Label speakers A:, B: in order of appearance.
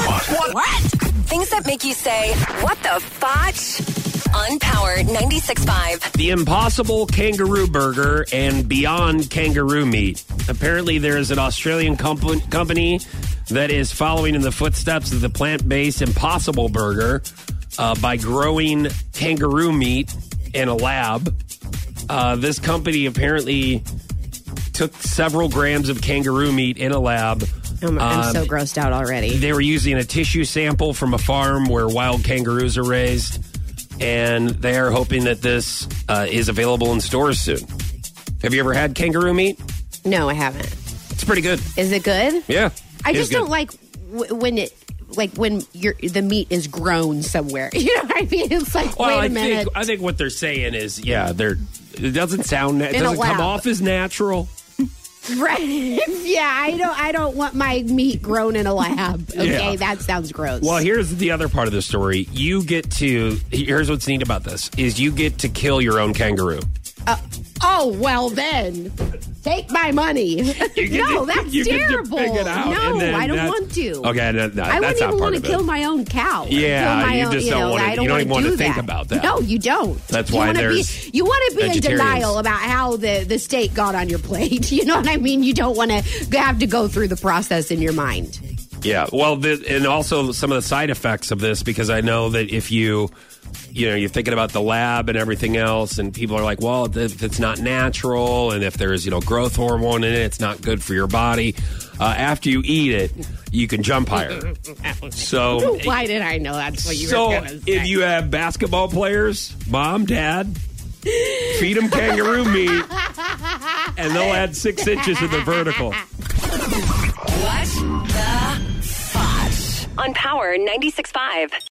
A: What?
B: Things that make you say, what the fotch? On Power 96.5.
C: The Impossible Kangaroo Burger and Beyond Kangaroo Meat. Apparently, there is an Australian comp- company that is following in the footsteps of the plant based Impossible Burger uh, by growing kangaroo meat in a lab. Uh, this company apparently took several grams of kangaroo meat in a lab.
A: I'm, Oh I'm
C: Um,
A: so grossed out already.
C: they were using a tissue sample from a farm where wild kangaroos are raised, and they are hoping that this uh, is available in stores soon. Have you ever had kangaroo meat?
A: No, I haven't.
C: It's pretty good.
A: Is it good?
C: Yeah,
A: I
C: it is
A: just don't
C: good.
A: like w- when it like when your the meat is grown somewhere. You know what I mean? It's like
C: Well,
A: wait a
C: I
A: minute.
C: think I think what they're saying is, yeah, they're it doesn't sound it
A: In a
C: doesn't
A: lab.
C: come off as natural.
A: Right. yeah, I don't I don't want my meat grown in a lab. Okay,
C: Yeah.
A: that sounds gross.
C: Well, here's the other part of the story. You get to here's what's neat about this is you get to kill your own kangaroo.
A: oh, well then. Take my money.
C: You get
A: no,
C: to-
A: that's
C: you get to
A: terrible.
C: pick it out, and
A: no,
C: then
A: I don't
C: that's-
A: want to.
C: Okay, no, no, that's
A: I wouldn't
C: not
A: even
C: part
A: want to
C: of it.
A: kill my own cow. or
C: Yeah,
A: kill my
C: you
A: own,
C: just
A: you know,
C: don't wanna-
A: I don't
C: you don't
A: wanna
C: even wanna
A: do
C: think about that.
A: No, you don't.
C: That's
A: you
C: why
A: wanna
C: there's
A: be, you want to be in
C: vegetarians.
A: denial about how the the steak got on your plate. You know what I mean? You don't want to have to go through the process in your mind.
C: Yeah. Well, the, and also some of the side effects of this, because I know that if you, you know, you're thinking about the lab and everything else, and people are like, well, th- if it's not natural, and if there's, you know, growth hormone in it, it's not good for your body. Uh, after you eat it, you can jump higher. So,
A: Why did I know that's what you
C: so
A: were going to say?
C: if you have basketball players, mom, dad, feed them kangaroo meat, and they'll add six inches in the vertical.
B: What the fotch? On Power 96.5.